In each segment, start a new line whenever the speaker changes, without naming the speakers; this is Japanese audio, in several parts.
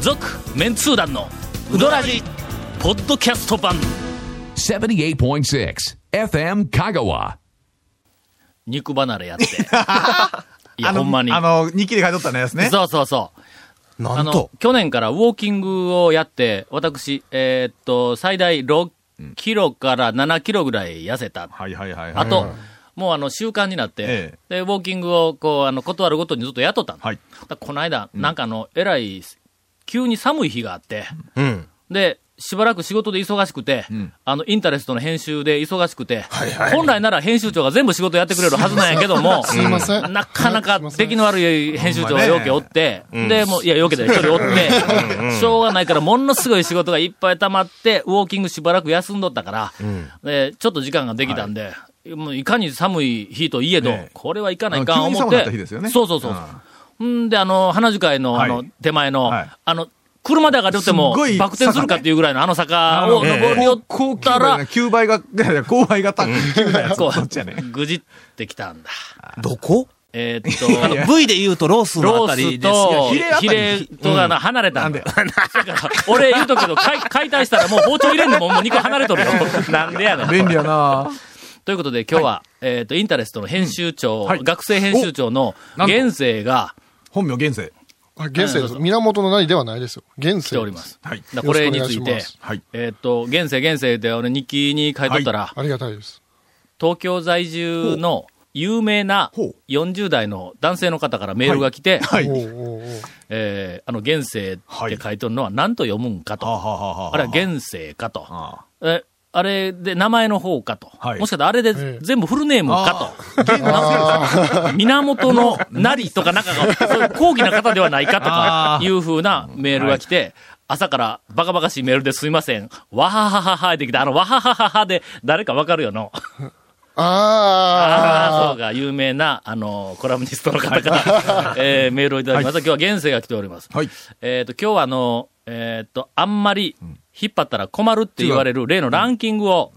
続メンツー団のウドラジポッドキャスト版
78.6 FM Kagawa.
肉離れやって いや
あの
ほんまに
あの、日記で書いとったのやつね。
そうそうそう
な
あ
ん
の
と。
去年からウォーキングをやって私えーっと最大6キロから7キロぐらい痩せた
はいはいはいはい。
あと、もうあの習慣になって、
え
でウォーキングをこうあの断るごとにずっと雇ったの、
はい
だからこの間、なんかあの、えらい、急に寒い日があって、
うん。
で、しばらく仕事で忙しくて、あの、インタレストの編集で忙しくて、本来なら編集長が全部仕事やってくれるはずなんやけども、
すいません。
なかなか
はいすい
出
ま
来の悪い編集長
ほ
が
んまね
よけおって、で、もう、いや、よけで一人おって、しょうがないから、ものすごい仕事がいっぱい溜まって、ウォーキングしばらく休んどったから、でちょっと時間ができたんで、もういかに寒い日といえど、
ねえ
これはいかない
あ
か
の急
ん
に
思
寒
っ
かってた日ですよ、ね
そうそうそう。んで、あの、花樹会の、あ
は
の
い、
手前の
はい、
あの、車で上がりよっても
すっごい、
バク転するかっていうぐらいのあの坂を登りよったら、
9倍が、 いやいや勾配が高い。9倍が
こ
そっちやね
う、ぐじってきたんだ。
どこ
えーっと、
あの、V で言うとロースの
ロ
あた
ース
りですよ
と。
ヒレあたり
ヒレとがな離れたん
な
だ
んで
だから俺言うとくけど、解解体したらもう包丁入れんのももう2個離れ とるよ。なんでやねん。
便利やな
ということで今日は、えーっと、インタレストの編集長、
はい
学生編集長の
なんと
現世が
本名現世。
あ現世です。源の何ではないですよ。現世。
来ております。
はい。
だからこれにつ
よ
い
ろしくお願
て
いし、
はい。
えーっと、現世現世で俺日記に書いとったら、
ありがたいです。
東京在住の有名な
ほう
40代の男性の方からメールが来て、
はい。
おうお
は
うおう
えーあの、現世って書いとるのは何と読むんかと。
あはあはあ。
あれは現世かと。
あ
え、あれで名前の方かと。
はい
もしかしたらあれで
ええ
全部フルネームかと。源のなりとかなんかが、そういう高貴な方ではないかとか
あ、ー
いうふうなメールが来て、朝からバカバカしいメールですいません。わははははできた。あの、わははははで誰かわかるよの。ああ、そう
ああ。
か、有名な、あの、コラムニストの方から、えーメールをいただきました。今日は現世が来ております。
はい。
えっ、と、今日はあの、えっ、と、あんまり引っ張ったら困るって言われる例のランキングを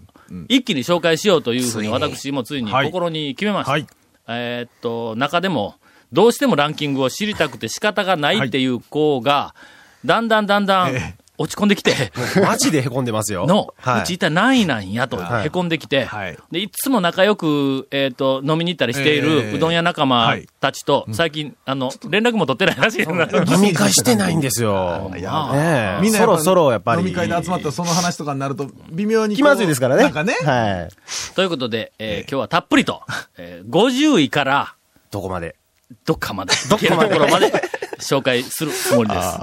一気に紹介しようというふうに
ついに
私もついに
はい
心に決めました。
はい
えっ、と、中でも、どうしてもランキングを知りたくて仕方がないっていう子が、だんだんだんだん
ええ
落ち込んできて、
マジで凹んでますよ。
の、
は
うち
い
一。体何位なんやと、
はい
へこんできて、
はい
で、いつも仲良く、えっ、と、飲みに行ったりしている、
ええ
うどん屋仲
は
間
い
たちと、最近、あの、連絡も取ってないらしいな
飲み会してないんですよ。
い
ね
や
え
みんな
そろそろやっぱり。
飲み会で集まったその話とかになると、微妙にこう。
気まずいですからね。
なんかね。
はい。
ということで、えー今日はたっぷりと、えー50位から
どこまで。
どっかまで、どっかまで、ところまで紹介するつもりです。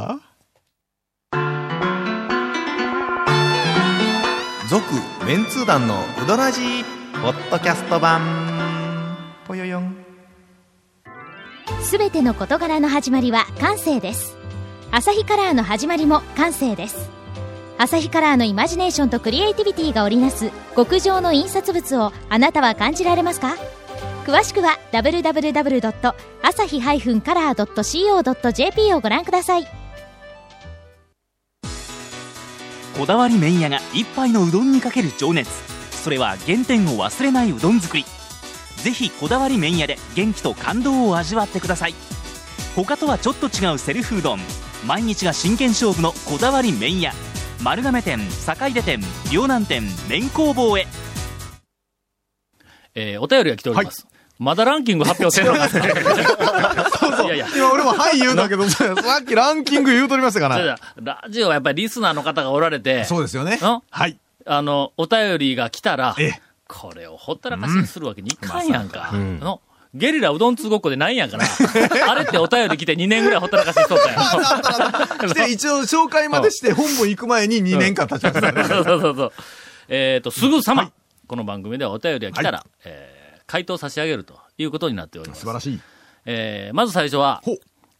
続メンツー団のウドラジーポッドキャスト版ぽよよん
すべての事柄の始まりは感性ですアサヒカラーの始まりも感性ですアサヒカラーのイマジネーションとクリエイティビティが織りなす極上の印刷物をあなたは感じられますか詳しくは www.asahi-color.co.jp をご覧ください
こだわり麺屋が一杯のうどんにかける情熱それは原点を忘れないうどん作りぜひこだわり麺屋で元気と感動を味わってください他とはちょっと違うセルフうどん毎日が真剣勝負のこだわり麺屋丸亀店坂出店両南店麺工房へ
えーお便りが来ております。まだランキング発表せんのかいやいや。
今俺もはい言うんだけど、さっきランキング言うとりましたか
それで
ら。
はラジオはやっぱりリスナーの方がおられて、
そうですよね。
うん
はい。
あの、お便りが来たら
ええ、
これをほったらかしにするわけにいかんやんか。のゲリラうどん通ごっこでないやんから。 あれってお便り来て2年ぐらいほったらかしにしとったやん。
して、一応紹介までして、本部行く前に2年間経ちましたね。
そうそうそうそう。えっ、と、すぐさま、この番組ではお便りが来たら、えー回答を差し上げるということになっております。
素晴らしい。
えーまず最初は
ほう、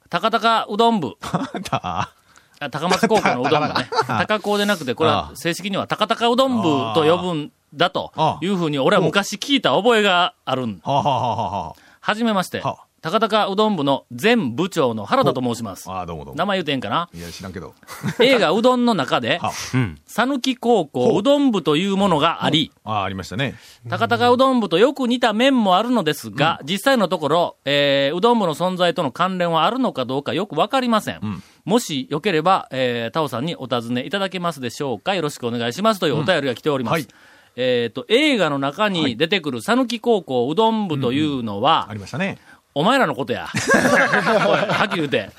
高高うどん部。
あんた
あ高松高 校のうどん部ね。高校でなくて、これは
ああ
正式には高高うどん部と呼ぶんだと
ああ
いうふうに、俺は昔聞いた覚えがあるん。
はあはあはあは
はじめまして
はあ、
高高うどん部の前部長の原田と申します
あ。。ああ、どうもどう
名
も。
前言うてええんかない
や、知らんけど。
映画うどんの中で
はあ、
讃岐高校うどん部というものがあり、
ああ、ありましたね。
高高うどん部とよく似た面もあるのですが、実際のところ、えーうどん部の存在との関連はあるのかどうかよくわかりません。もしよければ、えー、タオさんにお尋ねいただけますでしょうかよろしくお願いしますというお便りが来ております。
はい
えっ、と、映画の中に出てくる讃岐高校うどん部というのは、
ありましたね。
お前らのことや。おいはっきり言うて。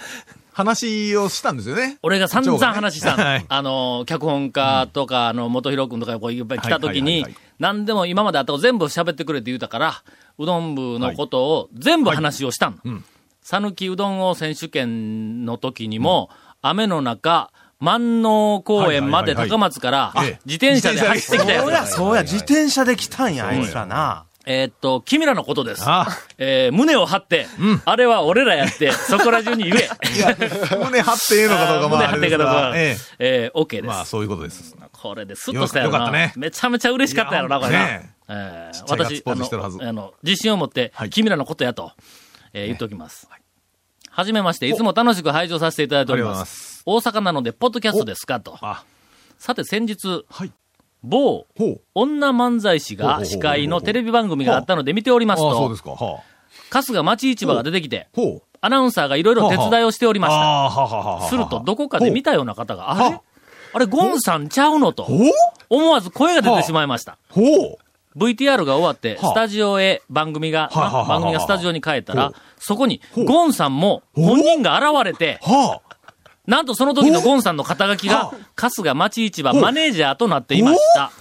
話をしたんですよね。
俺が散々
長がね
話したの、
はい
あの、脚本家とか、あの、元弘君とか、こう、いっぱい来た時
はいはいはい
に
はい、
何でも今まであったこと全部喋ってくれって言うたから、うどん部のことを全部話をしたの。讃岐うどん王選手権の時にも、雨の中、万能公園ま
はいはいは
で
いはい
高松から
ええ、
自転車で走ってきたやつ
そうや、そうや、自転車で来たんや、あいつらな。
えーっと、君らのことです。
あ
えー胸を張って、あれは俺らやって、そこら中に言え。
胸張っていいのかどうかも
胸
あ
張
れ
っ
で
て
す
かどう
が
か。
ええ
ええー、OK です。
まあ、そういうことです。
これでスッとしたやろ
よか
な。
ったね
めちゃめちゃ嬉しかったやろな、
い
こ
や
れな。
ね
えー
っちゃいガッ
私
ツポ
あ
ーズしてるは
の
ず
あの、自信を持って、君らのことやと、えー言っておきます。はじめまして、いつも楽しく拝聴させていただいております。大阪なので、ポッドキャストですかと。さて、先日、某
ほう。
女漫才師
ほうほう
が
ほうほう
司会のテレビ番組があったので見ております
ああ、そうで
と、
すか。はあ。
春日町市場が出てきて、
ほう。
アナウンサーがいろいろ手伝いをしておりました。
ああ、はあはあはあはあ。
すると、どこかで見たような方が、あれ
は
あれ、ゴンさんちゃうのと、
ほう
思わず声が出てしまいました。
ほう
VTR が終わって、
はあ
スタジオへ番組が、
はあはあはあはあ
番組がスタジオに帰ったら
ほう、
そこに、
う
ゴンさんも、
ほう
本人が現れて、
はあ。
なんとその時のゴンさんの肩書きが
は、
春日町市場マネージャーとなっていました。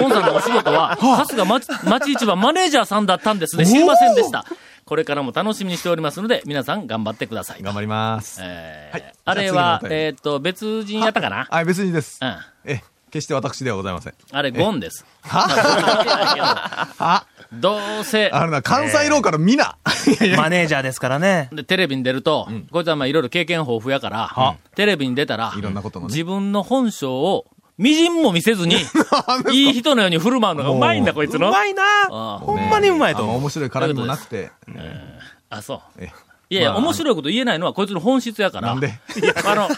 ゴンさんのお仕事 は、春日町町市場マネージャーさんだったんですね。知りませんでした。これからも楽しみにしておりますので、皆さん頑張ってください。
頑張ります。
えー
はい
あれは、
じゃあ次のお便り
えーっと、別人やったかな
はい、別にです。
うん。
ええ、決して私ではございません。
あれ、ゴンです。どうせ、
あのな、関西ローカルみな。
マネージャーですからね。
で、テレビに出ると、こいつはまあいろいろ経験豊富やから、テレビに出たら、
いろんなことのね
自分の本性を、みじんも見せ ずに、いい人のように振る舞うのがうまいんだ、こいうつの。
まいな
あ
ほんまにうまい
あ
と
の、
思う。
面白い絡みもなくて。
あ、そう。
ええ
いやいや、面白いこと言えないのはこいつの本質やから。
なんで
いやあの、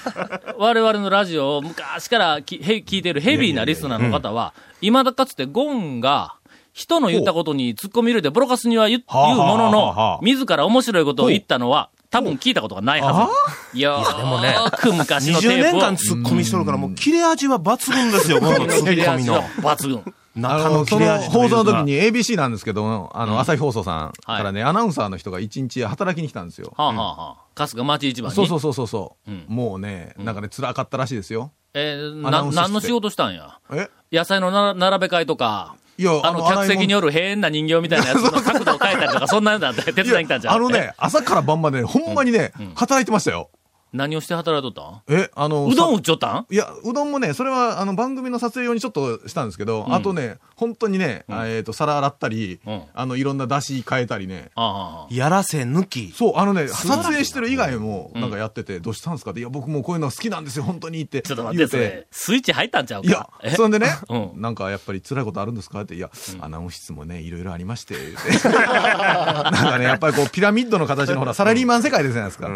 我々のラジオを昔からきへ聞いてるヘビーなリスナーの方は、いまだかつてゴンが、人の言ったことに突っ込み入れて、ボロカスには言う
はあ
言うもの
はあは
の
あ、
自ら面白いことを言ったのは、多分聞いたことがないはず。いや
でもね
ーく昔のテ
20
ープを。
年間突っ込みしとるから、もう切れ味は抜群ですよ、この突っ
切れ
込み
味は
の。
抜群。
中
あ
の
の、
切
そ
れ
の
味とい
放
うか
送の時に ABC なんですけど、あの、朝日放送さん
はい
からね、アナウンサーの人が一日働きに来たんですよ。
はあはあはあ。春日町一番に。
そうそうそうそうそう、
うん
もうね、なんかね、辛かったらしいですよ。
えー
ア
な、
ナウンスして
何の仕事したんや
え
野菜のな並べ替えとか、
いや
あの、
あの
客席による変な人形みたいなやつ の角度を変えたりとか、そんなのだって手伝いに来たんじゃん。
あの
え、
ね、朝から晩までね、ほんまにね、働いてましたよ。
何をして働いとっ
え、あの、
たんうどん売っ
さ
ちょったん
いや、うどんもね、それは、あの、番組の撮影用にちょっとしたんですけど、あとね、本当にね、あえっ、と、皿洗ったり、
うん
あの、いろんな出汁変えたりね。
ああ。
やらせ抜き。
そう、あのね、撮影してる以外も、なんかやってて、どうしたんですかって、いや、僕もうこういうの好きなんですよ、本当にって
ちょっと
言
待って、
っ
そ
て
れ。、スイッチ入ったんちゃうか
いや、そんでね、
うん
なんかやっぱり辛いことあるんですかって、いや、アナウンス室もね、いろいろありまして、言うて なんかね、やっぱりこう、ピラミッドの形のほら、サラリーマン世界ですじゃないですか。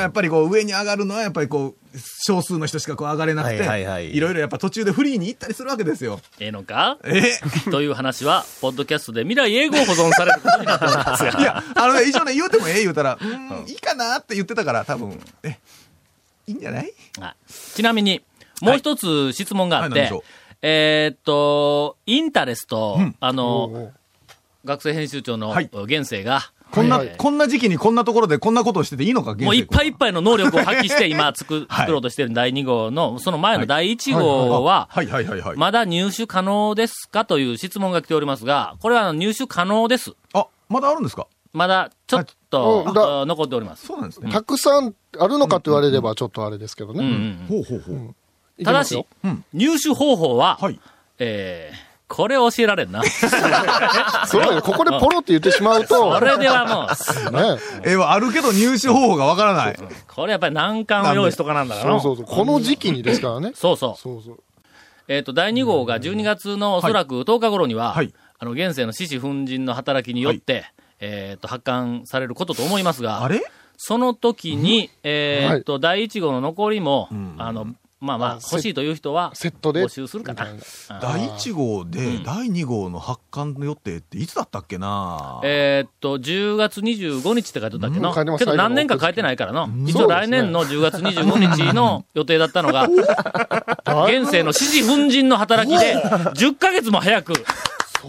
やっぱりこう、上に上がるのは、やっぱりこう、少数の人しかこう上がれなくて、
はい
い
はいはい
ろいろやっぱ途中でフリーに行ったりするわけですよ。
ええのか
え
という話は、ポッドキャストで未来英語を保存されることになっており ます
い
が。
や、あのね、一応ね、言うてもええ言うたら、うーん、いいかなって言ってたから、多分、え、いいんじゃない
はいちなみに、もう一つ質問があっ
はい
て
はい何でしょう、
えーっと、インタレスト、あ
おうお
の
う、
学生編集長の
はい
現世が、
こんな、
えー
こんな時期にこんなところでこんなことをしてていいのか、
もういっぱいいっ
ぱ
ぱいの能力を発揮して今作る、
はい
作ろうとしてる第2号の、その前の第1号は、
はいはいはいはい。
まだ入手可能ですかという質問が来ておりますが、これはあの入手可能です。
あ、まだあるんですか
まだちょっ
はい
と、
うんだ
あ残っております。
そうなんですね。
たくさんあるのかと言われればちょっとあれですけど
うんうんう
ね。
ん
ほうほうほう。
いき
ただ
ますよ
し、入手方法は、
はい。
えー、これ教えられんな。
そうだね、ここでポロって言ってしまうと
こ、れではもう、
ね、
えはあるけど入手方法がわからない。
これやっぱり難関を用意しとかなんだから
そう
な。
そうそう、この時期にですからね。
そうそう。
そうそう。
えっ、と、第2号が12月のおそらく10日頃には、
はい
あの、現世の獅子奮陣の働きによって、えっ、と、発刊されることと思いますが、
あれ
その時に、えっ、と、第1号の残りも、あの、まあまあ、欲しいという人は、
セットで
募集するかな
み。
第1号で第2号の発刊の予定っていつだったっけな、
えーっと、10月25日って書いてたっけ
うん書いて
ど、
ます
けど何年か書いてないからの。一応
そうで
来
すね
年の10月25日の予定だったの が、現世の指示粉塵の働きで、10ヶ月も早く、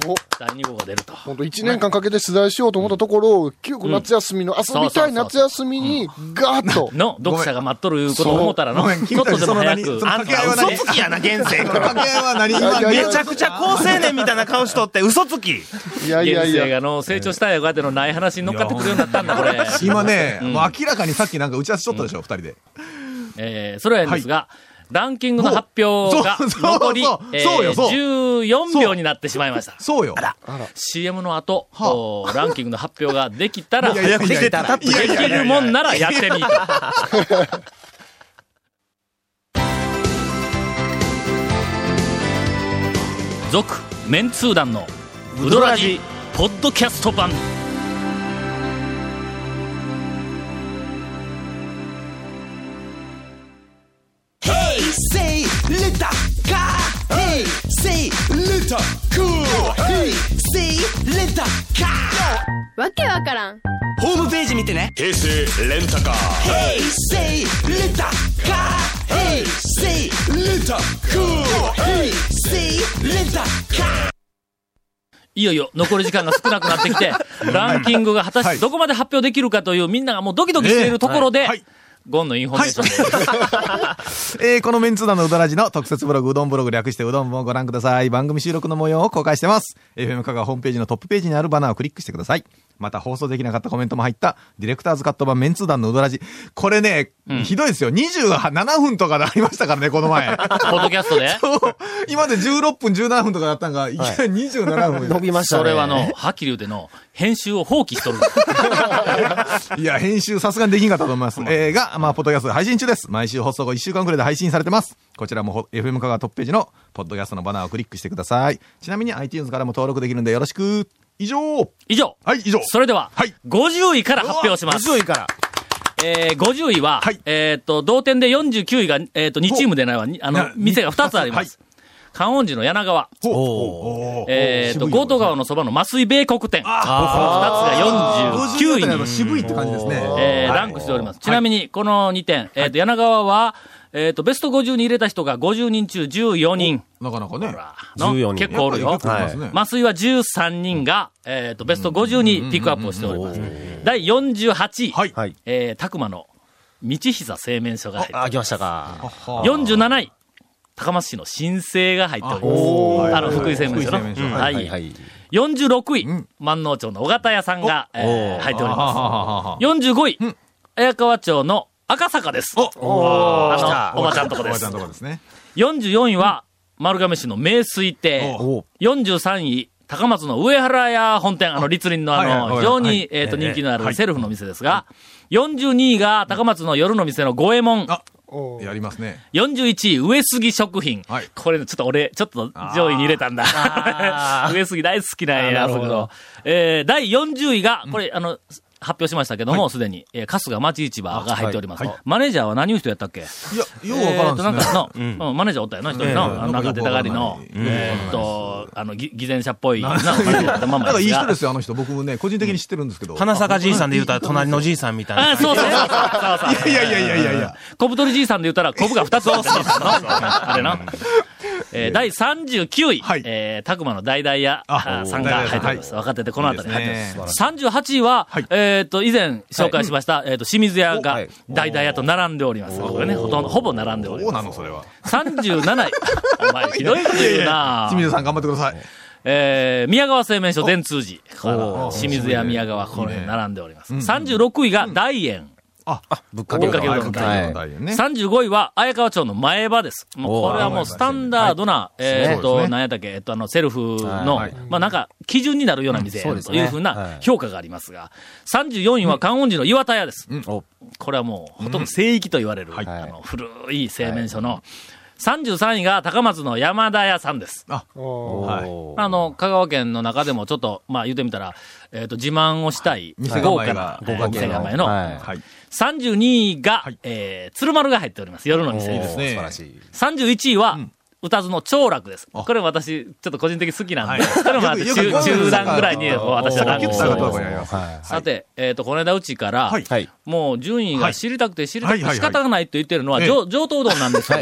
そう
第2号が出ると。
本当1年間かけて取材しようと思ったところ、急遽夏休みの、遊びたい夏休みに、ガーッと。
の、読者が待っとるいうことを思ったらの、
ごめん
ちょっとでも早
君たちその何
く、
その
あん
掛け合
た
いは
嘘
何
つ
嘘つきやな、現世。
掛け合いは何今
いやいや
めちゃくちゃ好青年みたいな顔しとって、嘘つき。
いやいや
現
い
世
や。
がの、成長したんやこうやってのない話に乗っかってくるようになったんだ、これ。
今ね、もう明らかにさっきなんか打ち合わせしとったでしょ、二人で。
えーそれはええんですが、ランキングの発表が
そうそう
残り、
そう
えー
そうよそう
14秒になってしまいました。
そうよ。
CM の後、おランキングの発表ができたら、
いやいやいやいや
できるもんならやってみる。続、メンツー団の、ウドラジ、ポッドキャスト版。
Hey, say Lita Ka. Hey, say Lita Cool. Hey, say Lita Ka.
わけわからん
ホームページ見てね。平成レンタカー。Hey, say Lita Ka. Hey, say Lita Cool. Hey, say Lita Ka.
いよいよ残り時間が少なくなってき て、ランキングが果たしてどこまで発表できるかというみんながもうドキドキしているところで
はい、
ゴンのインフォメーションです。
えーこのメンツー団のうどらじの特設ブログ、うどんブログ略してうどんもご覧ください。番組収録の模様を公開してます。FM 香川ホームページのトップページにあるバナーをクリックしてください。また放送できなかったコメントも入った、ディレクターズカット版メンツー団のうどらじ。これね、ひどいですよ。27分とかでありましたからね、この前。
ポッドキャストで
今まで16分、17分とかだったんが、いきなり27分。
伸びましたね。
それはの、はっきり言うての、編集を放棄しとる。
いや、編集さすがにできんかったと思います。えー、が、まあ、ポッドキャストで配信中です。毎週放送後1週間くらいで配信されてます。こちらもほ FM 香川トップページのポッドキャストのバナーをクリックしてください。ちなみに iTunes からも登録できるんでよろしく。以上は
以上。
い、以上。
それでは、
はい
50位から発表します。
50位から。
えー、50位は、
はい
えーっと、同点で49位が、えーっと、2チームでないわ、にあの
な、
店が2つあります。観音寺の柳川、
ほうほう
えーっと、
渋い
強盗川のそばの麻酔米国店、この2つが49位に
あの渋いって感じですね。
えーランクしております。ちなみに、この2点、えっ、と、柳川は、えっ、と、ベスト50に入れた人が50人中14人
なかなかね。
の
14人
結構おる
や
よ
っ。ぱり結構いますね
麻酔は13人が、えっ、と、ベスト50にピックアップをしております。第48位、
はい。
はい。
えー、たくまの道膝製麺所が入って
あ、来ましたか。
47位、高松市の新生が入っております。あの、福井製麺所の。
福井製麺所
は
はいい。はい。
46位、万能町の尾形屋さんが、えー入っております。
あ
45位、綾川町の赤坂です。おあの、おばちゃんとこ
お
で
ばち
す
ゃん。とこですね。
44位は、丸亀市の名水亭。
おう
43位、高松の上原屋本店、あの、立林のあ
はいはいは
の、
いはい
非常に、えっと、人気のあるセルフの店ですが、42位が高松の夜の店の五右衛門。
あ、やりますね。
41位、上杉食品
はい。
これ、ちょっと俺、ちょっと上位に入れたんだ。 上杉大好きなんや、あそこの。えー第40位が、これ、あの、発表しましたけども、すでに、えー春日町市場が入っております。マネージャーは何を人やったっけ
いや、ようわからん
えー
ですね。
となんかの、うんマネージャーおったよな、一人の、あのなんか出たがりの、えーっと、あの、ぎ偽善者っぽいな、マネージャーだったまん
な
ま
ん かいい
です
人
が
ですよ、あの人。僕もね、個人的に知ってるんですけど。
花坂じいさんで言うたら隣のじいさんみたいな。
あ、そうそうそうそうそうそう。
いやいやいやいやいや。
小太りじいさんで言ったら、コブが2つあるあれな。えー第39位、
はい
えー、たくまの大々屋
あ
さんが入っております。
はい
若手でこの辺りに入っております。
い
38位は、
はい
えっ、と、以前紹介しました、えっ、と、清水屋
は
が
い
大々屋と並んでおります。これね、ほとんど、ほぼ並んでおり
どう
ま
な
す。
の、それは。
37位。お前、ひどいこと言うな
清水さん頑張ってください。
えー、宮川製麺所全通寺。この清水屋宮川、これ並んでおります。36位が大円。
ぶっかけうどん
ぶっかけうどん
はい
大変ね。
35位は、綾川町の前場です。もう、
おー
これはもう、スタンダードな、えっ、
そうで
と、
すね
何やったっけ、えっと、あの、セルフの、
はい
まあ、なんか、基準になるような店、
うんそうです
と
ね
いうふうな評価がありますが、34位は、観音寺の岩田屋です。
お
これはもう、ほとんど聖域と言われる、
い
あの、古い製麺所の、 33位が高松の山田屋さんです。あ、の、香川県の中でもちょっと、まあ言うてみたら、えっ、と、自慢をしたい、
店
豪
構
華
え
な
が、
えー店構えの。
はい
はい。
32位が、えー鶴丸が入っております。夜の店
いい
で
ですす。ね。素晴らしい。
31位は、歌津の長楽です。これ私、ちょっと個人的に好きなんで、これもあって
よくよ
中
く
中段ぐらいに私はランク
キュッ
し
と
て
下
お
がっ
ります
たとこ。にあります。
さて、えっ、と、この間うちから、
はい
はい。
もう順位が知りたくて知りたく
は
て
い
仕方がないと言ってるのは、
はい
上上等うどんなんですよ。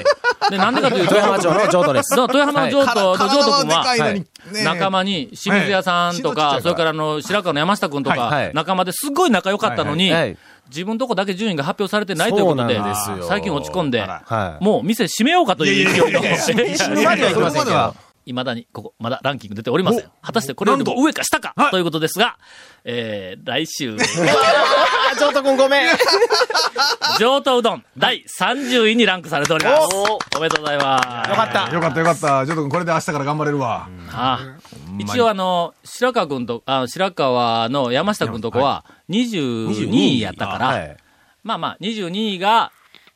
で、なんでかというと、
豊浜町の上等です。
そう豊浜の上
はい
等、上
体
等
は
君
でかい
は、
のに、ね
仲間に清水屋さんとか、
はい
それからあの、白川の山下君とか、
はいはい
仲間ですごい仲良かったのに、
はい
自分とこだけ順位が発表されてないということで、
そうなんですよ
最近落ち込んで、
はい。
もう店閉めようかという勢いの、
死ぬまではいきませんけど。
いまだに、ここ、まだランキング出ておりません。果たしてこれよりも上か下か、ということですが、えー、来 週、
あ、上等君 ごめん。
上等うどん第30位にランクされております。おめでとうございます。
よかった。
よかったよかった。ちょっとこれで明日から頑張れるわ。
ああ一応あの、白川君と、あ白川の山下君とこは22位やったから、
はい。
まあまあ22位が、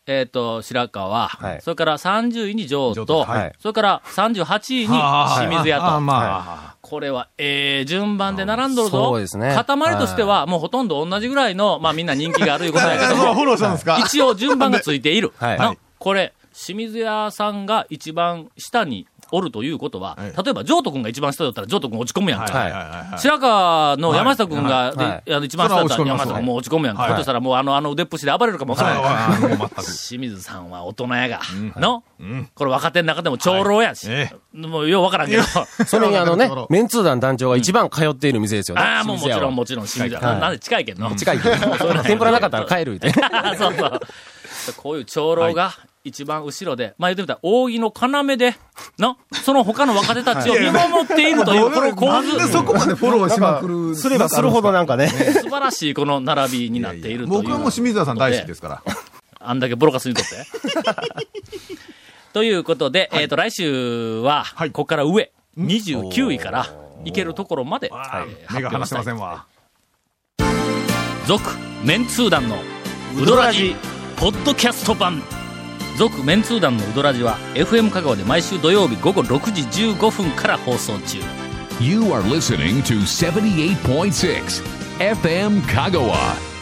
えっ、と、白川、
はい
それから30位に上
上
と、
都
はい
それから38位に清水屋と、
ああまあ、
これは、ええ順番で並んどるぞ。
そうですね
塊としては、もうほとんど同じぐらいの、まあみんな人気があるいうことやけど
そう
も
フ、ォローしたんですか
一応順番がついている。
はい
な
はい
これ、清水屋さんが一番下におるということは、例えば、ジョート君が一番下だったら、ジョート君落ち込むやんか。
はい
白川の山下君が、
いはい
であの一番下だった
そ
ら
れは
山
落ち込
下
みます
君もう落ち込むやんか。
はい
ひょっとしたらもうあの、あの腕っぷしで暴れるかもわからない。
ああもう全く。
清水さんは大人やが、の、これ若手の中でも長老やし、
え
もうようわからんけど。
それにあのね、メンツー団団長が一番通っている店ですよね。
ああ、もうも
清水
ち
屋は
ろんもちろん清水屋。
はい
なんで近いけどの。
近いけど。 天ぷらなかったら帰るみたいな。
そうそう。こういう長老が一番後ろで、まあ言ってみたら、扇の要で、な、その他の若手たちを見守っているという、この構図、
なんでそこまでフォローしまくる。
すればするほどなんかね。
素晴らしいこの並びになっているという。
僕はもう清水田さん大好きですから。
あんだけボロカスにとって。 ということで、えっ、と、来週は、
い
ここから上、29位から、いけるところまで、えー
目が離せませ
い
んわ。
続メンツー団のウドラジポッドキャスト版続メンツー団のウドラジは FM 香川で毎週土曜日午後6時15分から放送中
You are listening to 78.6 FM Kagawa.